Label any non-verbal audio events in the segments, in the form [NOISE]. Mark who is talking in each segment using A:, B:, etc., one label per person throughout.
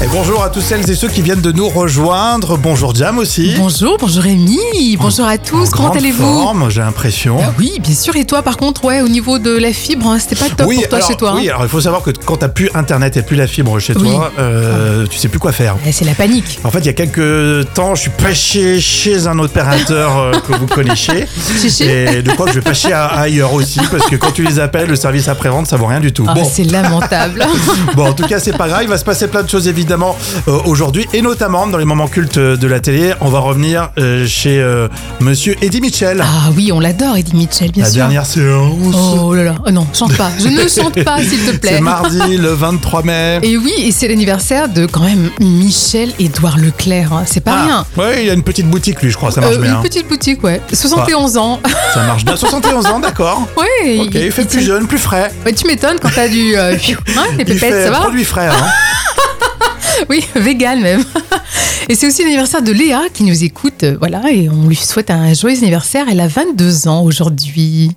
A: Et bonjour à tous celles et ceux qui viennent de nous rejoindre. Bonjour Jam aussi.
B: Bonjour, bonjour Rémi, bonjour à tous,
A: En
B: comment
A: grande
B: allez-vous
A: forme, j'ai l'impression.
B: Ah Oui, bien sûr, et toi par contre, ouais, au niveau de la fibre, hein, c'était pas top pour toi
A: alors,
B: chez toi. hein.
A: oui, alors il faut savoir que quand t'as plus internet et plus la fibre chez
B: Oui. Ah.
A: toi, euh, tu sais plus quoi faire.
B: Eh, C'est
A: [LAUGHS]
B: la panique.
A: En fait, il y a quelques temps, je suis passé chez un opérateur euh, que vous
B: [LAUGHS]
A: connaissez.
B: Chichi
A: Et de quoi que je vais passer à- ailleurs aussi, parce que quand tu les appelles, le service après-vente, ça vaut rien du tout.
B: Ah,
A: Bon,
B: C'est
A: [LAUGHS]
B: lamentable.
A: Bon, en tout cas, c'est pas grave. Il va se passer plein de choses évidemment euh, aujourd'hui, et notamment dans les moments cultes euh, de la télé. On va revenir euh, chez euh, Monsieur Eddie Mitchell.
B: Ah oui, on l'adore, Eddie Mitchell, bien
A: la
B: sûr.
A: dernière séance.
B: Oh là là, oh non, chante pas. Je ne chante pas, s'il te plaît.
A: [LAUGHS] C'est mardi, le 23 mai.
B: Et oui, et c'est l'anniversaire de quand même Michel Édouard Leclerc. hein, C'est pas rien.
A: Ouais, il a une petite boutique, lui, je crois. Ah, Ça marche
B: Euh,
A: bien. hein. Ah.
B: une petite boutique, ouais. 71 ans. [LAUGHS]
A: Ça marche bien. 71 ans, d'accord.
B: ouais.
A: Ok, il fait plus jeune, plus frais.
B: Ouais, tu m'étonnes quand t'as du.
A: [LAUGHS]
B: euh, hein, les
A: Il
B: pépettes,
A: fait
B: ça va
A: produit frais. hein.
B: [LAUGHS] Oui, vegan même. Et c'est aussi l'anniversaire de Léa qui nous écoute, euh, voilà, et on lui souhaite un joyeux anniversaire. Elle a 22 ans aujourd'hui.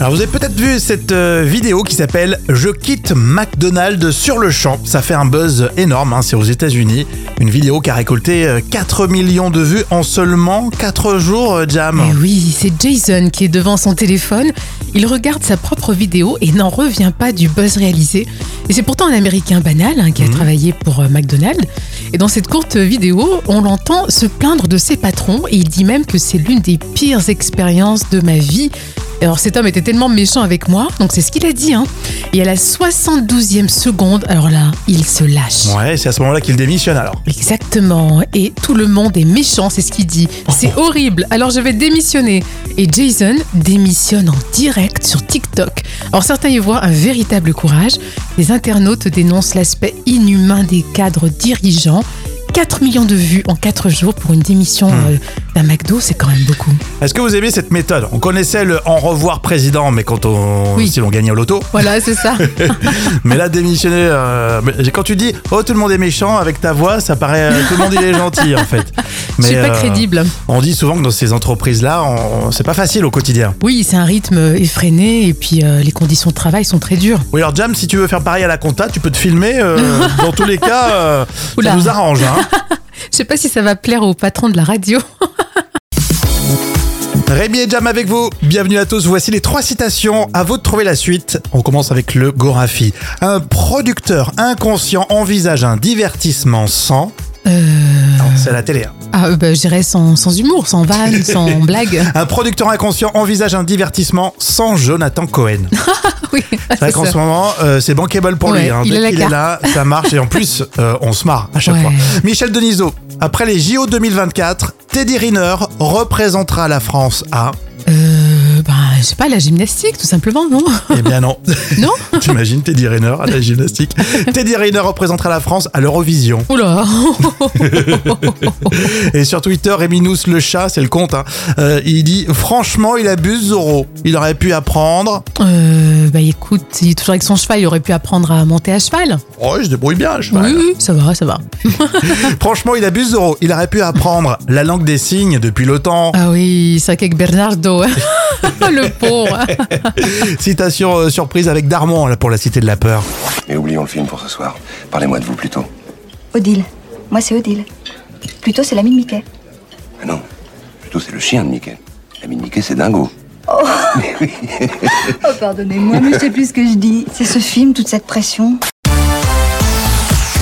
A: Alors vous avez peut-être vu cette euh, vidéo qui s'appelle Je quitte McDonald's sur le champ. Ça fait un buzz énorme, hein, c'est aux États-Unis. Une vidéo qui a récolté euh, 4 millions de vues en seulement 4 jours, euh, Jam.
B: Mais Eh oui, c'est Jason qui est devant son téléphone. Il regarde sa propre vidéo et n'en revient pas du buzz réalisé. Et c'est pourtant un Américain banal hein, qui a travaillé pour euh, McDonald's. Et dans cette courte vidéo, on l'entend se plaindre de ses patrons et il dit même que c'est l'une des pires expériences de ma vie. Alors cet homme était tellement méchant avec moi, donc c'est ce qu'il a dit. Hein. Et à la 72e seconde, alors là, il se lâche.
A: Ouais, c'est à ce moment-là qu'il démissionne alors.
B: Exactement. Et tout le monde est méchant, c'est ce qu'il dit. C'est horrible. Alors je vais démissionner. Et Jason démissionne en direct sur TikTok. Alors certains y voient un véritable courage. Les internautes dénoncent l'aspect inhumain des cadres dirigeants. 4 millions de vues en 4 jours pour une démission euh, d'un McDo, c'est quand même beaucoup.
A: Est-ce que vous aimez cette méthode On connaissait le en revoir président, mais quand on
B: Oui.
A: si l'on gagnait au loto.
B: Voilà, c'est [LAUGHS] ça.
A: Mais là, démissionner, euh, mais quand tu dis oh tout le monde est méchant avec ta voix, ça paraît euh, tout le monde il est gentil en fait.
B: [LAUGHS] Je suis
A: Mais,
B: pas
A: euh,
B: crédible.
A: On dit souvent que dans ces entreprises-là, on- c'est pas facile au quotidien.
B: Oui, c'est un rythme effréné et puis euh, les conditions de travail sont très dures.
A: Oui, alors Jam, si tu veux faire pareil à la compta, tu peux te filmer.
B: [LAUGHS]
A: euh, dans tous les cas, euh, ça
B: Oula.
A: nous arrange.
B: [LAUGHS]
A: Hein.
B: Je sais pas si ça va plaire au patron de la radio.
A: Rémi et Jam avec vous. Bienvenue à tous. Voici les trois citations. À vous de trouver la suite. On commence avec le Gorafi. Un producteur inconscient envisage un divertissement sans.
B: Euh...
A: Non, c'est à la télé. hein.
B: Ah, euh, bah, je dirais sans, sans humour, sans [LAUGHS] vanne, sans blague.
A: Un producteur inconscient envisage un divertissement sans Jonathan Cohen.
B: [LAUGHS] Oui,
A: C'est vrai qu'en
B: ça.
A: ce moment, euh, c'est bankable pour
B: Ouais,
A: lui. hein.
B: il
A: Dès
B: a la
A: qu'il est
B: carte.
A: là, ça marche. Et en
B: [LAUGHS]
A: plus, euh, on se marre à chaque
B: Ouais.
A: fois. Michel Denisot, après les JO 2024, Teddy Riner représentera la France à...
B: Euh, bah, je sais pas, la gymnastique, tout simplement, non
A: Eh bien non,
B: [LAUGHS]
A: [LAUGHS]
B: Non
A: t'imagines Teddy Riner à la
B: [LAUGHS]
A: gymnastique. Teddy Riner représentera la France à l'Eurovision.
B: Oula
A: Et sur Twitter, Eminous le chat, c'est le compte, hein, euh, il dit « Franchement, il abuse Zoro. Il aurait pu apprendre...
B: euh, Bah, écoute, il est toujours avec son cheval, il aurait pu apprendre à monter à cheval.
A: Oh, il se débrouille bien, je
B: Oui, oui, ça va, ça va.
A: Franchement, il abuse Zoro. Il aurait pu apprendre la langue des signes depuis longtemps.
B: Ah oui, ça avec [LAUGHS] Bernardo. Le pauvre. [LAUGHS]
A: Citation euh, surprise avec Darmon là, pour la Cité de la Peur.
C: Et oublions le film pour ce soir. Parlez-moi de vous plutôt.
D: Odile. Moi, c'est Odile. Plutôt, c'est l'ami de Mickey.
C: Ah non, plutôt c'est le chien de Mickey. L'ami de Mickey, c'est Dingo.
D: Oh, pardonnez-moi, mais je sais plus ce que je dis. C'est ce film, toute cette pression.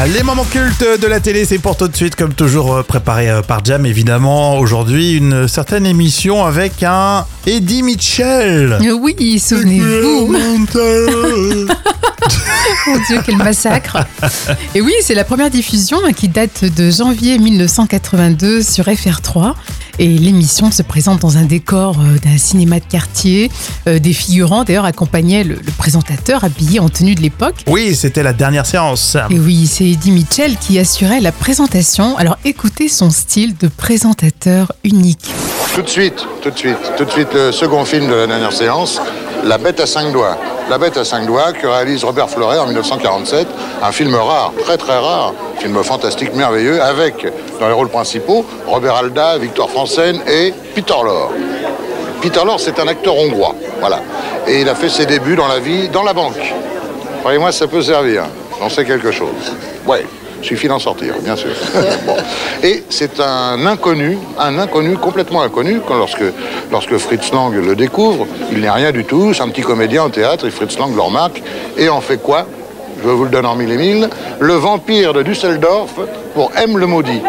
A: Ah, Les moments cultes de la télé, c'est pour tout de suite, comme toujours euh, préparé euh, par Jam, évidemment. Aujourd'hui, une certaine émission avec un Eddie Mitchell.
B: Oui, souvenez-vous. Mon Dieu, quel massacre Et oui, c'est la première diffusion hein, qui date de janvier 1982 sur FR3. Et l'émission se présente dans un décor euh, d'un cinéma de quartier. Euh, des figurants, d'ailleurs, accompagnaient le, le présentateur habillé en tenue de l'époque.
A: [LAUGHS] Oui, c'était la dernière séance.
B: Et oui, c'est Eddie Mitchell qui assurait la présentation. Alors écoutez son style de présentateur unique.
E: Tout de suite, tout de suite, tout de suite le second film de la dernière séance, La Bête à cinq doigts. La Bête à cinq doigts que réalise Robert Fleuret en 1947, un film rare, très très rare, film fantastique, merveilleux, avec dans les rôles principaux Robert Alda, Victor Fransen et Peter Lorre. Peter Lorre, c'est un acteur hongrois, voilà, et il a fait ses débuts dans la vie dans la banque. Croyez-moi, ça peut servir. on sait quelque chose. Ouais, suffit d'en sortir, bien sûr. Bon. Et c'est un inconnu, un inconnu complètement inconnu, quand lorsque, lorsque Fritz Lang le découvre, il n'est rien du tout, c'est un petit comédien en théâtre, et Fritz Lang le remarque, et en fait quoi Je vous le donne en mille et mille, le vampire de Düsseldorf pour M le maudit.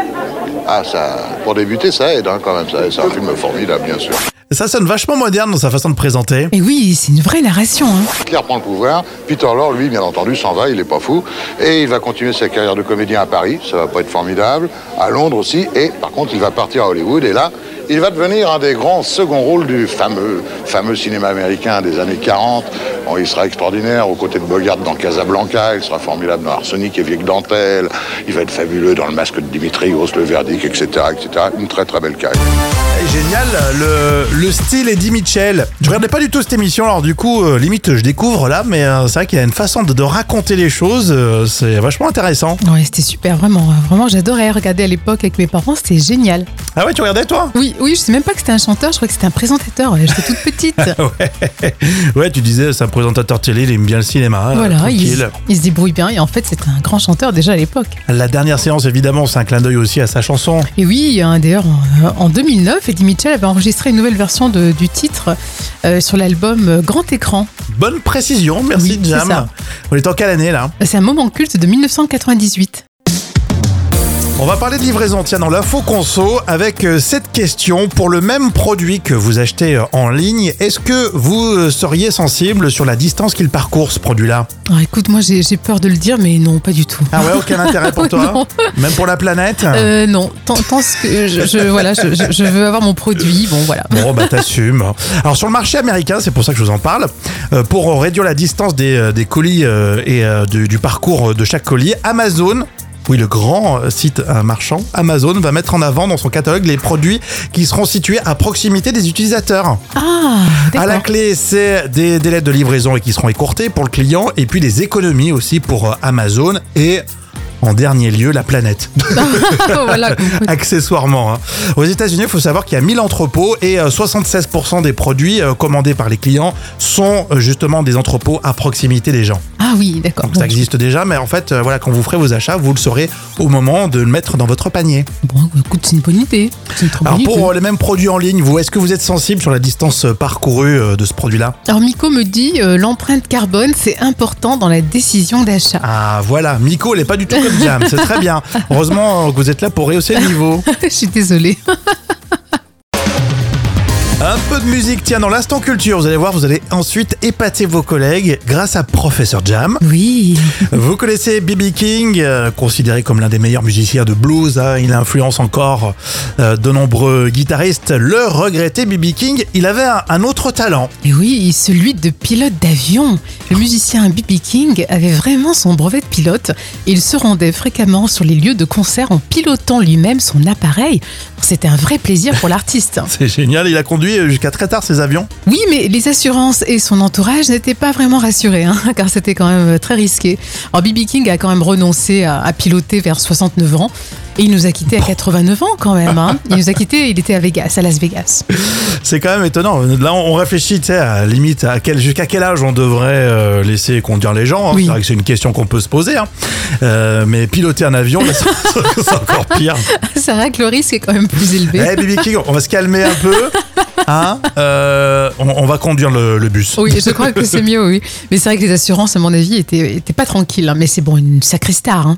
E: Ah, ça, pour débuter, ça aide hein, quand même, ça- c'est un film formidable, bien sûr.
A: Ça sonne vachement moderne dans sa façon de présenter.
B: Et oui, c'est une vraie narration. hein.
E: Hitler prend le pouvoir. Peter Lorre, lui, bien entendu, s'en va, il n'est pas fou. Et il va continuer sa carrière de comédien à Paris, ça va pas être formidable. À Londres aussi, et par contre, il va partir à Hollywood, et là, il va devenir un des grands seconds rôles du fameux, fameux cinéma américain des années 40. Bon, il sera extraordinaire aux côtés de Bogart dans Casablanca, il sera formidable dans Arsenic et Vieux Dentelle, il va être fabuleux dans Le Masque de Dimitri, Hausse le Verdict, etc., etc. Une très très belle carrière.
A: Génial, le, le style Eddie Mitchell. Je regardais pas du tout cette émission, alors du coup, euh, limite, je découvre là, mais euh, c'est vrai qu'il a une façon de, de raconter les choses, euh, c'est vachement intéressant.
B: Ouais, c'était super, vraiment. hein. Vraiment, j'adorais regarder à l'époque avec mes parents, c'était génial.
A: Ah ouais, tu regardais toi
B: Oui, oui, je sais même pas que c'était un chanteur, je crois que c'était un présentateur. ouais, J'étais
A: [LAUGHS]
B: toute petite.
A: Ah, Ouais, tu disais, c'est un présentateur télé, il aime bien le cinéma. euh,
B: voilà, il,
A: tranquille.
B: il se débrouille bien. Et en fait, c'était un grand chanteur déjà à l'époque.
A: La dernière séance, évidemment, c'est un clin d'œil aussi à sa chanson.
B: Et oui, hein, d'ailleurs, en, en 2009, Eddie Mitchell avait enregistré une nouvelle version de- du titre euh, sur l'album euh, Grand Écran.
A: Bonne précision, merci
B: Oui, c'est
A: Jam.
B: ça.
A: On est en quelle année là
B: C'est un moment culte de 1998.
A: On va parler de livraison, tiens, dans l'info conso, avec euh, cette question. Pour le même produit que vous achetez euh, en ligne, est-ce que vous euh, seriez sensible sur la distance qu'il parcourt, ce produit-là
B: Alors Ah, écoute, moi j'ai j'ai peur de le dire, mais non, pas du tout.
A: Ah ouais,
B: [LAUGHS]
A: aucun intérêt pour toi
B: Oh Non.
A: Même pour la planète
B: Euh, non, tant, tant ce que je, je- voilà, je, je- je veux avoir mon produit, bon voilà.
A: Bon, bah t'assumes. Alors sur le marché américain, c'est pour ça que je vous en parle, euh, pour réduire la distance des, euh, des colis euh, et euh, du, du parcours de chaque colis, Amazon... Oui, le grand euh, site euh, marchand Amazon va mettre en avant dans son catalogue les produits qui seront situés à proximité des utilisateurs.
B: Ah,
A: À la
B: d'accord.
A: clé, c'est des délais de livraison et qui seront écourtés pour le client et puis des économies aussi pour euh, Amazon et en dernier lieu la planète.
B: [LAUGHS] voilà.
A: Accessoirement. hein. Aux États-Unis, il faut savoir qu'il y a 1000 entrepôts et euh, 76% des produits euh, commandés par les clients sont euh, justement des entrepôts à proximité des gens.
B: Ah oui, d'accord.
A: Donc ça existe déjà, mais en fait, euh, voilà, quand vous ferez vos achats, vous le saurez au moment de le mettre dans votre panier.
B: Bon, écoute, c'est une bonne idée. C'est une trop
A: Alors
B: bonne idée.
A: pour euh, les mêmes produits en ligne, vous, est-ce que vous êtes sensible sur la distance euh, parcourue euh, de ce produit-là
B: Alors Miko me dit euh, l'empreinte carbone, c'est important dans la décision d'achat. [LAUGHS]
A: Ah voilà, Miko, elle n'est pas du tout comme Jam, c'est très bien. Heureusement euh, que vous êtes là pour rehausser le niveau.
B: Je suis désolée.
A: Un peu de musique, tiens, dans l'instant culture, vous allez voir, vous allez ensuite épater vos collègues grâce à Professeur Jam.
B: Oui.
A: Vous connaissez B.B. King, euh, considéré comme l'un des meilleurs musiciens de blues. hein, il influence encore euh, de nombreux guitaristes. Le regretté B.B. King, il avait un, un autre talent. [LAUGHS]
B: Et oui, celui de pilote d'avion. Le musicien B.B. King avait vraiment son brevet de pilote. et Il se rendait fréquemment sur les lieux de concert en pilotant lui-même son appareil. C'était un vrai plaisir pour l'artiste.
A: C'est génial, il a conduit jusqu'à très tard ses avions.
B: Oui, mais les assurances et son entourage n'étaient pas vraiment rassurés, hein, [LAUGHS] car c'était quand même très risqué. Alors, B.B. King a quand même renoncé à, à piloter vers 69 ans, et il nous a quittés à 89 ans quand même. hein. Il nous a quittés, il était à Vegas, à Las Vegas. [LAUGHS]
A: C'est quand même étonnant. Là, on on réfléchit, tu sais, à limite, à quel, jusqu'à quel âge on devrait euh, laisser conduire les gens. hein.
B: Oui.
A: C'est vrai que c'est une question qu'on peut se poser. hein. Euh, mais piloter un avion, là, [LAUGHS] c'est c'est encore pire.
B: C'est vrai que le risque est quand même plus élevé.
A: Eh, B.B. King, on va se calmer un peu. Hein Euh, on, on va conduire le, le bus.
B: Oui, je crois que c'est mieux, oui. Mais c'est vrai que les assurances, à mon avis, étaient, étaient pas tranquilles. hein. Mais c'est bon, une sacrée star. hein.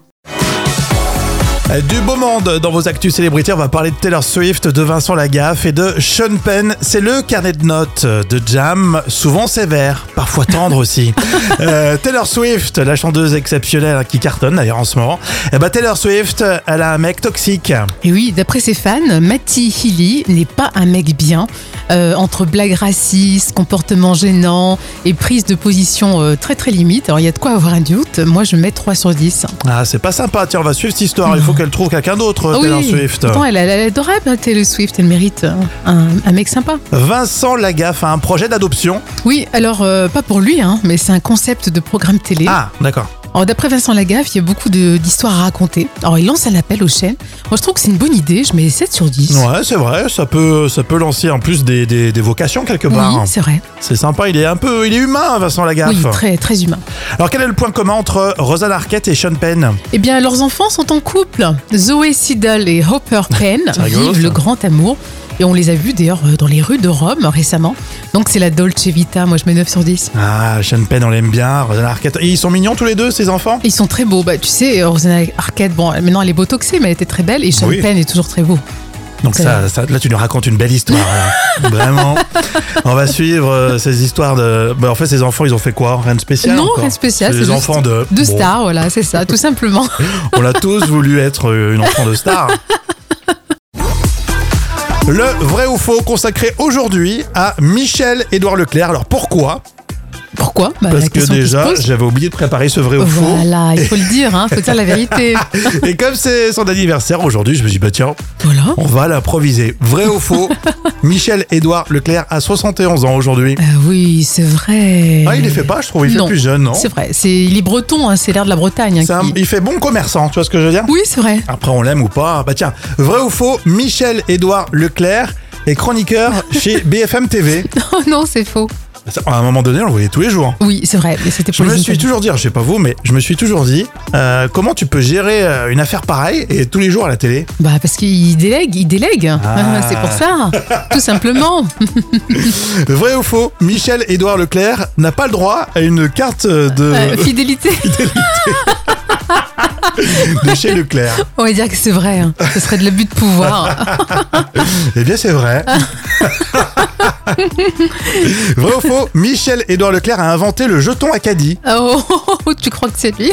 A: Euh, Du beau monde dans vos actus célébrités, on va parler de Taylor Swift, de Vincent Lagaffe et de Sean Penn. C'est le carnet de notes de Jam, souvent sévère, parfois tendre aussi.
B: [LAUGHS]
A: Euh, Taylor Swift, la chanteuse exceptionnelle hein, qui cartonne d'ailleurs en ce moment. Eh ben, Taylor Swift, elle a un mec toxique.
B: Et oui, d'après ses fans, Matty Healy n'est pas un mec bien. Euh, entre blagues racistes, comportement gênant et prise de position euh, très très limite, alors il y a de quoi avoir un doute. Moi, je mets 3 sur 10.
A: Ah, c'est pas sympa, tiens, on va suivre cette histoire. Il faut qu'elle trouve quelqu'un d'autre,
B: Mm. Ah
A: Oh, Taylor
B: oui,
A: Swift.
B: pourtant, elle, elle est adorable, hein, Taylor Swift, elle mérite euh, un, un mec sympa.
A: Vincent Lagaffe a un projet d'adoption.
B: Oui, alors, euh, pas pour lui, hein, mais c'est un concept de programme télé.
A: Ah, d'accord.
B: Alors, d'après Vincent Lagaffe, il y a beaucoup de- d'histoires à raconter. Alors, il lance un appel aux chaînes. Moi, je trouve que c'est une bonne idée. Je mets 7 sur 10.
A: Ouais, c'est vrai, ça peut, ça peut lancer en plus des, des- des vocations quelque
B: Oui,
A: part.
B: c'est vrai.
A: c'est sympa, il est un peu, il est humain, Vincent Lagaffe.
B: Oui, très, très humain.
A: Alors quel est le point commun entre Rosanne Arquette et Sean Penn
B: Eh bien, leurs enfants sont en couple. Zoé Siddle et Hopper Penn
A: [LAUGHS] C'est rigolo,
B: vivent
A: ça.
B: le grand amour. Et on les a vus d'ailleurs euh, dans les rues de Rome récemment. Donc, c'est la Dolce Vita. Moi, je mets 9 sur 10.
A: Ah, Sean Penn, on l'aime bien. Rosanne Arquette, Et ils sont mignons tous les deux, ces enfants.
B: Ils sont très beaux. Bah, tu sais, Rosanna Arquette, bon, maintenant elle est botoxée, mais elle était très belle. Et Sean
A: Oui.
B: Penn est toujours très beau.
A: Donc
B: C'est
A: ça,
B: vrai.
A: ça- là, tu nous racontes une belle histoire.
B: [LAUGHS]
A: là. Vraiment. On va suivre euh, ces histoires de. bah, en fait, ces enfants, ils ont fait quoi Rien de spécial.
B: non,
A: encore
B: rien de spécial.
A: C'est
B: c'est
A: des
B: juste
A: enfants de.
B: De
A: Bon,
B: stars, voilà, c'est ça,
A: [LAUGHS]
B: tout simplement.
A: On a tous voulu être euh, une enfant de
B: [LAUGHS]
A: star. Le vrai ou faux consacré aujourd'hui à Michel-Édouard Leclerc. Alors pourquoi
B: Pourquoi Bah, la
A: Parce que
B: question qui se
A: déjà,
B: pose.
A: j'avais oublié de préparer ce vrai ou faux.
B: Voilà, il faut le dire, hein, faut dire
A: [LAUGHS]
B: la vérité.
A: Et comme c'est son anniversaire aujourd'hui, je me dis, bah tiens,
B: Voilà.
A: on va l'improviser. Vrai ou
B: [LAUGHS]
A: faux Michel-Édouard Leclerc a 71 ans aujourd'hui.
B: Euh, oui, c'est vrai.
A: Ah, il les fait pas, je trouve. Il
B: Eh Non.
A: fait plus jeune, non
B: C'est vrai, c'est il est breton, hein, c'est l'air de la Bretagne. hein,
A: C'est un-
B: qui-
A: Il fait bon commerçant, tu vois ce que je veux dire
B: Oui, c'est vrai. [LAUGHS]
A: Après, on l'aime ou pas Bah tiens, vrai ou faux Michel-Édouard Leclerc est chroniqueur chez BFM TV.
B: Oh [LAUGHS] non, c'est faux.
A: Ça, À un moment donné, on le voyait tous les jours.
B: Oui, c'est vrai, mais c'était
A: Je
B: pour
A: me
B: les
A: suis
B: Italiens.
A: toujours dit, je sais pas vous, mais je me suis toujours dit, euh, comment tu peux gérer euh, une affaire pareille et tous les jours à la télé
B: Bah parce qu'il délègue, il délègue.
A: Ah.
B: c'est pour ça,
A: [LAUGHS]
B: tout simplement.
A: Vrai ou faux Michel-Édouard Leclerc n'a pas le droit à une carte euh,
B: Euh,
A: de,
B: fidélité.
A: de chez
B: [LAUGHS]
A: Leclerc.
B: On va dire que c'est vrai. hein. Ce serait de l'abus de
A: [LAUGHS]
B: pouvoir.
A: Eh bien, c'est vrai.
B: Ah.
A: [LAUGHS] vrai ou faux Michel-Édouard Leclerc a inventé le jeton Acadie.
B: Oh, tu crois que c'est lui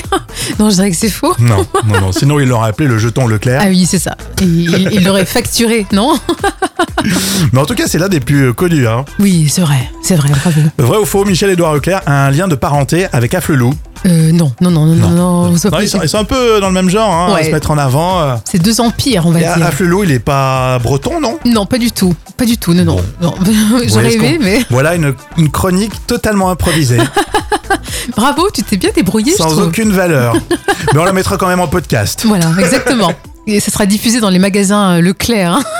B: Non, je dirais que c'est faux.
A: Non, non, non. Sinon, il l'aurait appelé le jeton Leclerc.
B: Ah oui, c'est ça. Il, il- il l'aurait facturé, non
A: Mais en tout cas, c'est l'un des plus connus. hein.
B: Oui, c'est vrai, c'est vrai, bravo.
A: Vrai ou faux Michel-Édouard Leclerc a un lien de parenté avec Afflelou.
B: Euh, non, non, non, non, non, non, vous-
A: Non, ils, sont, ils sont un peu dans le même genre, hein, à
B: Ouais.
A: se mettre en avant. euh.
B: c'est deux empires, on va
A: Et
B: dire.
A: Afflelou, il est pas breton, non
B: Non, pas du tout, pas du tout, non, non. non. [LAUGHS]
A: Vous
B: Je
A: voyez ce
B: rêvais,
A: qu'on-
B: mais
A: Voilà une, une chronique totalement improvisée,
B: bravo, tu t'es bien débrouillé, je
A: sans
B: trouve.
A: aucune
B: [LAUGHS]
A: valeur. Mais on la mettra quand même en podcast.
B: Voilà, exactement. Et ça sera diffusé dans les magasins euh, Leclerc. hein.